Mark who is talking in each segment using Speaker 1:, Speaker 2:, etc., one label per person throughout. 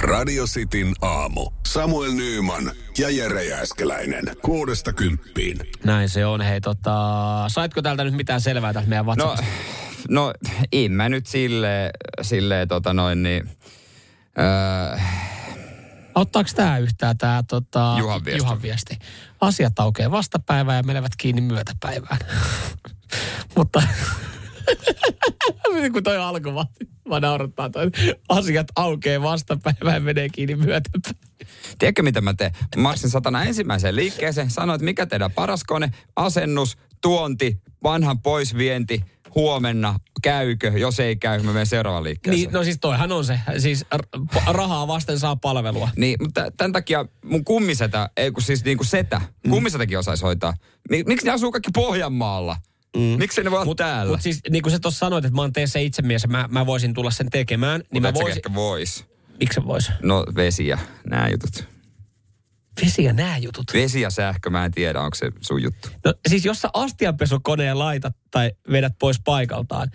Speaker 1: Radio Cityn aamu. Samuel Nyyman ja Jere Jääskeläinen. Kuudesta kymppiin.
Speaker 2: Näin se on. Hei, tota, saitko täältä nyt mitään selvää tästä meidän
Speaker 3: No,
Speaker 2: WhatsAppista?
Speaker 3: no en mä nyt sille, sille tota noin niin, öö,
Speaker 2: No. Ottaako tämä yhtään tämä tota,
Speaker 3: Juhan viesti.
Speaker 2: Juhan viesti? Asiat aukeaa vastapäivään ja menevät kiinni myötäpäivään. Mutta kun toi alku vaan, vaan naurattaa toi. Asiat aukeaa vastapäivään ja menee kiinni myötäpäivään.
Speaker 3: tiedätkö mitä mä teen? Mä maksin satana ensimmäiseen liikkeeseen, sanoin, että mikä teidän paras kone, asennus, tuonti, vanhan poisvienti, huomenna, käykö, jos ei käy, mä menen seuraavaan liikkeeseen.
Speaker 2: Niin, no siis toihan on se. Siis r- p- rahaa vasten saa palvelua.
Speaker 3: Niin, mutta tämän takia mun kummisetä, ei kun siis niin kuin setä,
Speaker 2: Mm.
Speaker 3: kummisetäkin osaisi hoitaa. Mi- miksi ne asuu kaikki Pohjanmaalla? Mm. Miksi ne voi olla täällä?
Speaker 2: Mutta siis niin kuin sä tuossa sanoit, että mä oon tee se itse mies ja mä, mä voisin tulla sen tekemään, niin
Speaker 3: Mut
Speaker 2: mä
Speaker 3: et sä
Speaker 2: voisin...
Speaker 3: ehkä vois.
Speaker 2: Miksi sä vois?
Speaker 3: No vesiä, nämä jutut.
Speaker 2: Vesi ja nää jutut.
Speaker 3: Vesi ja sähkö, mä en tiedä, onko se sun juttu.
Speaker 2: No siis jos sä astianpesukoneen laitat tai vedät pois paikaltaan,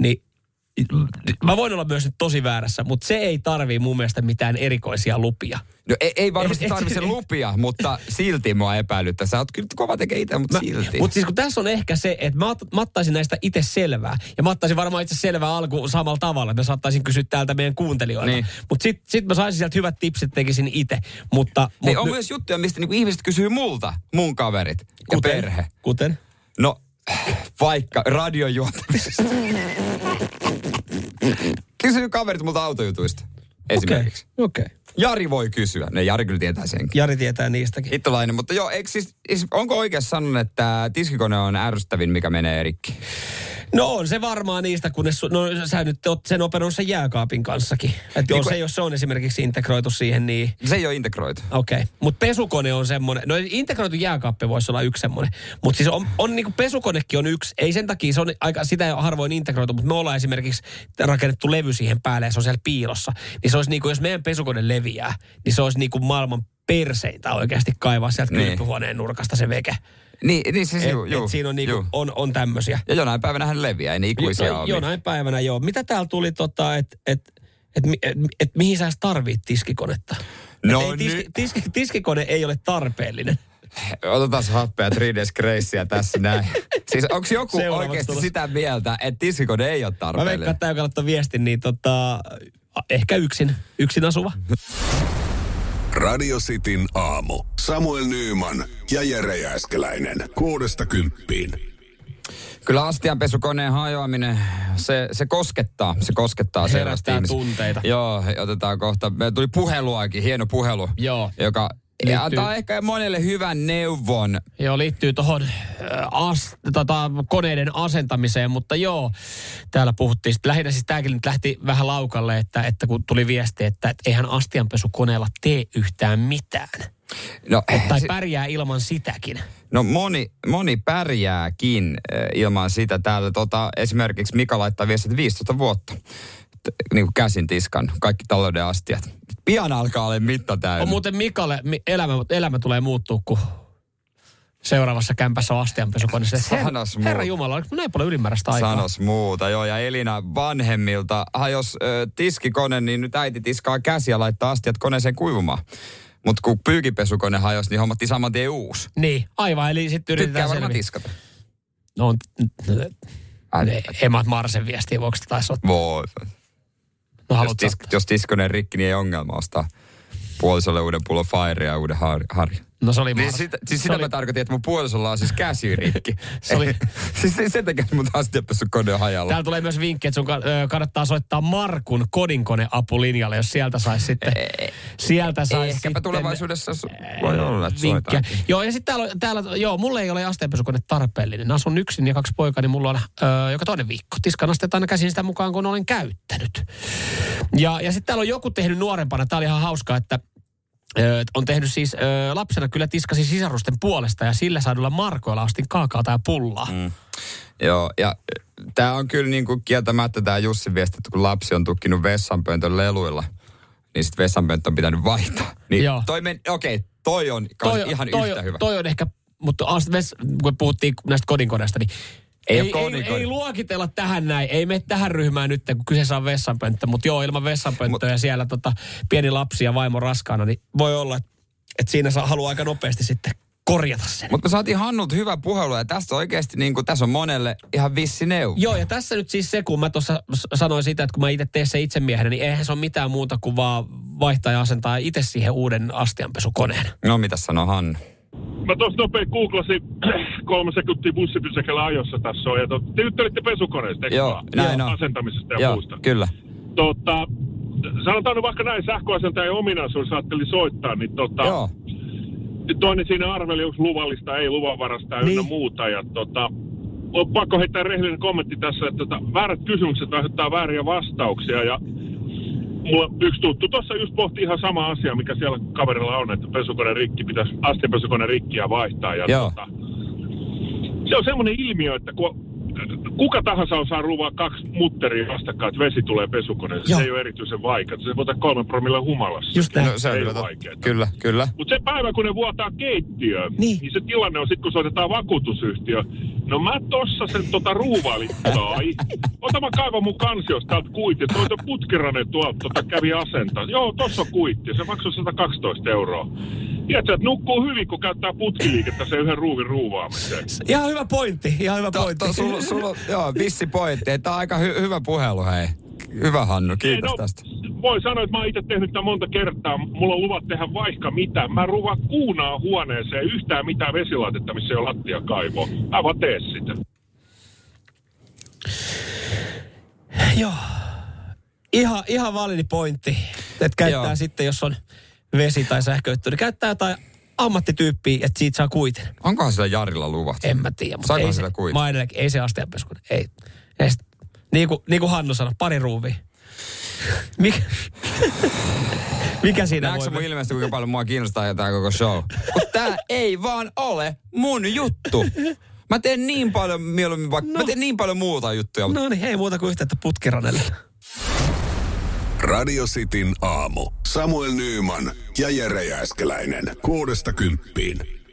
Speaker 2: niin mä voin olla myös nyt tosi väärässä, mutta se ei tarvii mun mielestä mitään erikoisia lupia.
Speaker 3: No ei, ei varmasti
Speaker 2: Et- et-
Speaker 3: tarvitse
Speaker 2: et-
Speaker 3: lupia, mutta silti mua epäilyttää. Sä oot kyllä kova tekee itse, mutta silti.
Speaker 2: Mutta siis kun tässä on ehkä se, että mä, ot- mä ottaisin näistä itse selvää. Ja mä ottaisin varmaan itse selvää alku samalla tavalla, että mä saattaisin kysyä täältä meidän kuuntelijoilta.
Speaker 3: Niin.
Speaker 2: Niin. Mutta sit, sit mä saisin sieltä hyvät tipsit, tekisin itse. Mutta,
Speaker 3: niin
Speaker 2: mut
Speaker 3: on
Speaker 2: ny-
Speaker 3: myös juttuja, mistä niinku ihmiset kysyy multa, mun kaverit ja perhe.
Speaker 2: Kuten?
Speaker 3: No, vaikka radiojuontamista. Kysyy kaverit multa autojutuista esimerkiksi.
Speaker 2: Okei, okay. okay.
Speaker 3: Jari voi kysyä. Ne Jari kyllä tietää senkin.
Speaker 2: Jari tietää niistäkin.
Speaker 3: Hittolainen, mutta joo, eikö siis, is- onko oikeassa sanonut, että tiskikone on ärsyttävin, mikä menee rikki?
Speaker 2: No on se varmaan niistä, kunnes su- no, sä nyt oot sen operoinut sen jääkaapin kanssakin. Että
Speaker 3: Niin
Speaker 2: niin
Speaker 3: kun-
Speaker 2: se, jos se on esimerkiksi integroitu siihen, niin
Speaker 3: Se ei ole integroitu.
Speaker 2: okei. Okay. Mutta pesukone on semmoinen, no integroitu jääkaappi voisi olla yksi semmoinen. Mutta siis on, on niinku pesukonekin on yksi, ei sen takia, se on aika, sitä ei ole harvoin integroitu, mutta me ollaan esimerkiksi rakennettu levy siihen päälle ja se on siellä piilossa. Niin se olisi niinku, jos meidän pesukone leviää, niin se olisi niinku maailman perseintä oikeasti kaivaa sieltä
Speaker 3: Niin.
Speaker 2: niin. kylpyhuoneen nurkasta se veke.
Speaker 3: Niin, niin siis
Speaker 2: Et,
Speaker 3: juu, juu,
Speaker 2: et siinä on, niinku,
Speaker 3: juu.
Speaker 2: on, on tämmöisiä.
Speaker 3: Ja jonain päivänä hän leviää, ei ne ikuisia
Speaker 2: Jo-
Speaker 3: ole.
Speaker 2: Jonain päivänä joo. Mitä täällä tuli, tota, että et, et, mi- et, et, mihin sä edes tarvit tiskikonetta? Et
Speaker 3: No
Speaker 2: ei, tiski,
Speaker 3: nyt.
Speaker 2: tiski, tiskikone ei ole tarpeellinen.
Speaker 3: Otetaan happea 3 Graceä tässä näin. Siis onko joku
Speaker 2: Seuraavaksi
Speaker 3: oikeasti
Speaker 2: tulossa.
Speaker 3: sitä mieltä, että tiskikone
Speaker 2: Mä
Speaker 3: ei ole
Speaker 2: veikkaan,
Speaker 3: tarpeellinen?
Speaker 2: että joka laittoi viestin, niin tota, a- ehkä yksin, yksin asuva.
Speaker 1: Radio Cityn aamu. Samuel Nyyman ja Jere Jääskeläinen. Kuudesta kymppiin.
Speaker 3: Kyllä astianpesukoneen hajoaminen, se, se koskettaa, se koskettaa
Speaker 2: Herättää
Speaker 3: selvästi ihmisiä.
Speaker 2: tunteita.
Speaker 3: Joo, otetaan kohta. Meillä tuli puheluakin, hieno puhelu.
Speaker 2: Joo.
Speaker 3: Joka
Speaker 2: Liittyy-
Speaker 3: ja antaa ehkä monelle hyvän neuvon.
Speaker 2: Joo, liittyy tuohon as, tota, koneiden asentamiseen, mutta joo, täällä puhuttiin. Sitten lähinnä siis tämäkin nyt lähti vähän laukalle, että, että kun tuli viesti, että, että eihän astianpesukoneella tee yhtään mitään.
Speaker 3: No,
Speaker 2: Tai
Speaker 3: se-
Speaker 2: pärjää ilman sitäkin.
Speaker 3: No moni, moni pärjääkin eh, ilman sitä. Täällä tota, esimerkiksi Mika laittaa viestit että 15 vuotta. T- Niin kuin käsin tiskan kaikki talouden astiat. Pian alkaa olla mitta täynnä.
Speaker 2: On muuten Mikalle, mi- elämä, elämä tulee muuttua, kun seuraavassa kämpässä on astianpesukone. Se,
Speaker 3: Sanas muu.
Speaker 2: Herra Jumala, oliko näin paljon ylimääräistä aikaa?
Speaker 3: Sanos muuta, joo. Ja Elina vanhemmilta, ha, jos ö, tiskikone, niin nyt äiti tiskaa käsiä ja laittaa astiat koneeseen kuivumaan. Mutta kun pyykinpesukone hajosi, niin hommattiin saman tien uusi.
Speaker 2: Niin, aivan. Eli sitten
Speaker 3: Tykkää
Speaker 2: yritetään
Speaker 3: varmaan
Speaker 2: selviä.
Speaker 3: tiskata.
Speaker 2: No, on-
Speaker 3: Ää,
Speaker 2: ne Emat Marsen viestiä, voiko sitä taisi ottaa?
Speaker 3: Voi.
Speaker 2: No,
Speaker 3: Jos,
Speaker 2: haluat
Speaker 3: tisk,
Speaker 2: ottaa?
Speaker 3: jos tiskone rikki, niin ei ongelma ostaa puolisolle uuden pullon fire ja uuden har, harja.
Speaker 2: no se oli
Speaker 3: Niin
Speaker 2: Mars.
Speaker 3: sitä, siis
Speaker 2: Se
Speaker 3: sitä
Speaker 2: oli-
Speaker 3: mä tarkoitin, että mun puolisolla on siis käsi rikki.
Speaker 2: Se oli-
Speaker 3: siis se- sen takia mun astiapessu kone on hajalla.
Speaker 2: Täällä tulee myös vinkki, että sun ka- ö, kannattaa soittaa Markun kodinkoneapulinjalle, jos sieltä saisi sitten... sieltä saisi
Speaker 3: E- Ehkäpä
Speaker 2: sitten-
Speaker 3: siis tulevaisuudessa su- voi olla, että
Speaker 2: vinkkiä.
Speaker 3: soitaankin.
Speaker 2: Joo, ja sitten täällä, on- täällä, joo, mulle ei ole asteenpesukone tarpeellinen. Asun yksin ja kaksi poikaa, niin mulla on ö, joka toinen viikko. Tiskan asteet aina käsin sitä mukaan, kun olen käyttänyt. Ja, ja sitten täällä on joku tehnyt nuorempana, tää oli ihan hauskaa, että ö, et on tehnyt siis, ö, lapsena kyllä tiskasi sisarusten puolesta ja sillä saadulla markoilla ostin kaakaota ja pullaa. Mm.
Speaker 3: Joo, ja tää on kyllä niinku kieltämättä tää Jussin viesti, että kun lapsi on tukkinut vessanpöntön leluilla, niin sit vessanpönttö on pitänyt vaihtaa. Niin
Speaker 2: Joo.
Speaker 3: toi men, okei, toi on kans ihan yhtä hyvä.
Speaker 2: Toi on ehkä, mutta as- ves- kun puhuttiin näistä kodinkoneista, niin
Speaker 3: Ei,
Speaker 2: ei,
Speaker 3: ole
Speaker 2: ei,
Speaker 3: konikoita.
Speaker 2: ei luokitella tähän näin. Ei mene tähän ryhmään nyt, kun kyseessä on vessanpönttö. Mutta joo, ilman vessanpönttöä ja siellä tota, pieni lapsi ja vaimo raskaana, niin voi olla, että et siinä saa, haluaa aika nopeasti sitten korjata sen.
Speaker 3: Mutta me saatiin Hannut hyvä puhelu ja tästä oikeasti niin kuin, tässä on monelle ihan vissi neuvo.
Speaker 2: Joo, ja tässä nyt siis se, kun mä tuossa s- sanoin sitä, että kun mä itse teen se itse miehenä, niin eihän se ole mitään muuta kuin vaan vaihtaa ja asentaa itse siihen uuden astianpesukoneen.
Speaker 3: No mitä sanoo Hannu?
Speaker 4: Mä tuossa nopein googlasin kolme sekuntia bussipysäkellä ajossa tässä on. Ja to, te nyt olitte pesukoneesta, eikö
Speaker 3: Joo,
Speaker 4: vaan?
Speaker 3: näin on.
Speaker 4: Asentamisesta ja
Speaker 3: Joo,
Speaker 4: muusta.
Speaker 3: kyllä.
Speaker 4: Tota, sanotaan nyt vaikka näin sähköasentajan ominaisuus, ajattelin soittaa, niin tota,
Speaker 3: Joo.
Speaker 4: toinen siinä arveli, onko luvallista, ei luvanvarasta ja
Speaker 2: Niin.
Speaker 4: niin. ynnä muuta. Ja tota, on pakko heittää rehellinen kommentti tässä, että tota, väärät kysymykset aiheuttaa vääriä vastauksia. Ja mulla yksi tuttu tuossa just pohti ihan sama asia, mikä siellä kaverilla on, että pesukone rikki pitäisi, astianpesukone rikkiä vaihtaa. Ja
Speaker 3: Joo.
Speaker 4: tota, se on semmoinen ilmiö, että kun kuka tahansa osaa ruuvaa kaksi mutteria vastakkain, että vesi tulee pesukoneeseen.
Speaker 2: Joo.
Speaker 4: Se ei ole erityisen vaikea. Se voi olla kolmen promilla humalassa.
Speaker 2: Just näin.
Speaker 3: No, se on
Speaker 4: Ei
Speaker 3: kyllä,
Speaker 4: vaikeeta.
Speaker 3: tot- kyllä, kyllä.
Speaker 4: Mutta se päivä, kun ne vuotaa keittiöön,
Speaker 2: Niin.
Speaker 4: niin, niin se tilanne on sitten, kun soitetaan vakuutusyhtiö. No mä tossa sen tota ruuvailin, tai ota mä kaivan mun kansiosta täältä kuitti, että noita putkiranen tuolta tota, kävi asentaa. Joo, tossa on kuitti, se maksoi 112 euroa. Tiedätkö, että nukkuu hyvin, kun käyttää putkiliikettä sen yhden ruuvin ruuvaamiseen.
Speaker 2: Ihan hyvä pointti, ihan hyvä
Speaker 3: To,
Speaker 2: pointti.
Speaker 3: to, sulla, sulla, joo, vissi pointti. Tämä on aika hy, hyvä puhelu, hei. Hyvä Hannu, kiitos
Speaker 4: Ei, no,
Speaker 3: tästä.
Speaker 4: Voi sanoa, että mä oon itse tehnyt tämän monta kertaa. Mulla on luvat tehdä vaikka mitä. Mä ruvaan kuunaa huoneeseen yhtään mitään vesilaitetta, missä ei ole lattiakaivoa. Mä vaan teen sitä.
Speaker 2: Joo. Ihan, ihan validi pointti. Että käyttää
Speaker 3: Joo.
Speaker 2: sitten, jos on vesi tai sähköyhtiö, niin käyttää jotain ammattityyppiä, että siitä saa kuitin.
Speaker 3: Onkohan sillä Jarilla luvat?
Speaker 2: En mä tiedä. Mutta
Speaker 3: Saiko
Speaker 2: ei
Speaker 3: sillä
Speaker 2: se,
Speaker 3: kuitin?
Speaker 2: Mä edelläkin, ei se astianpesukone. Ei. ei sit, niin, kuin, niin kuin Hannu sanoi, pari ruuvia. Mikä, mikä siinä
Speaker 3: Näetkö sä
Speaker 2: voi
Speaker 3: mun
Speaker 2: mennä?
Speaker 3: ilmeisesti, kuinka paljon mua kiinnostaa jotain koko show? Mutta tää ei vaan ole mun juttu. Mä teen niin paljon mieluummin, vaikka, no. mä teen niin paljon muuta juttuja. No.
Speaker 2: No niin, ei muuta kuin yhteyttä putkiranelle.
Speaker 1: Radio Cityn aamu. Samuel Nyyman ja Jere Jääskeläinen. Kuudesta kymppiin.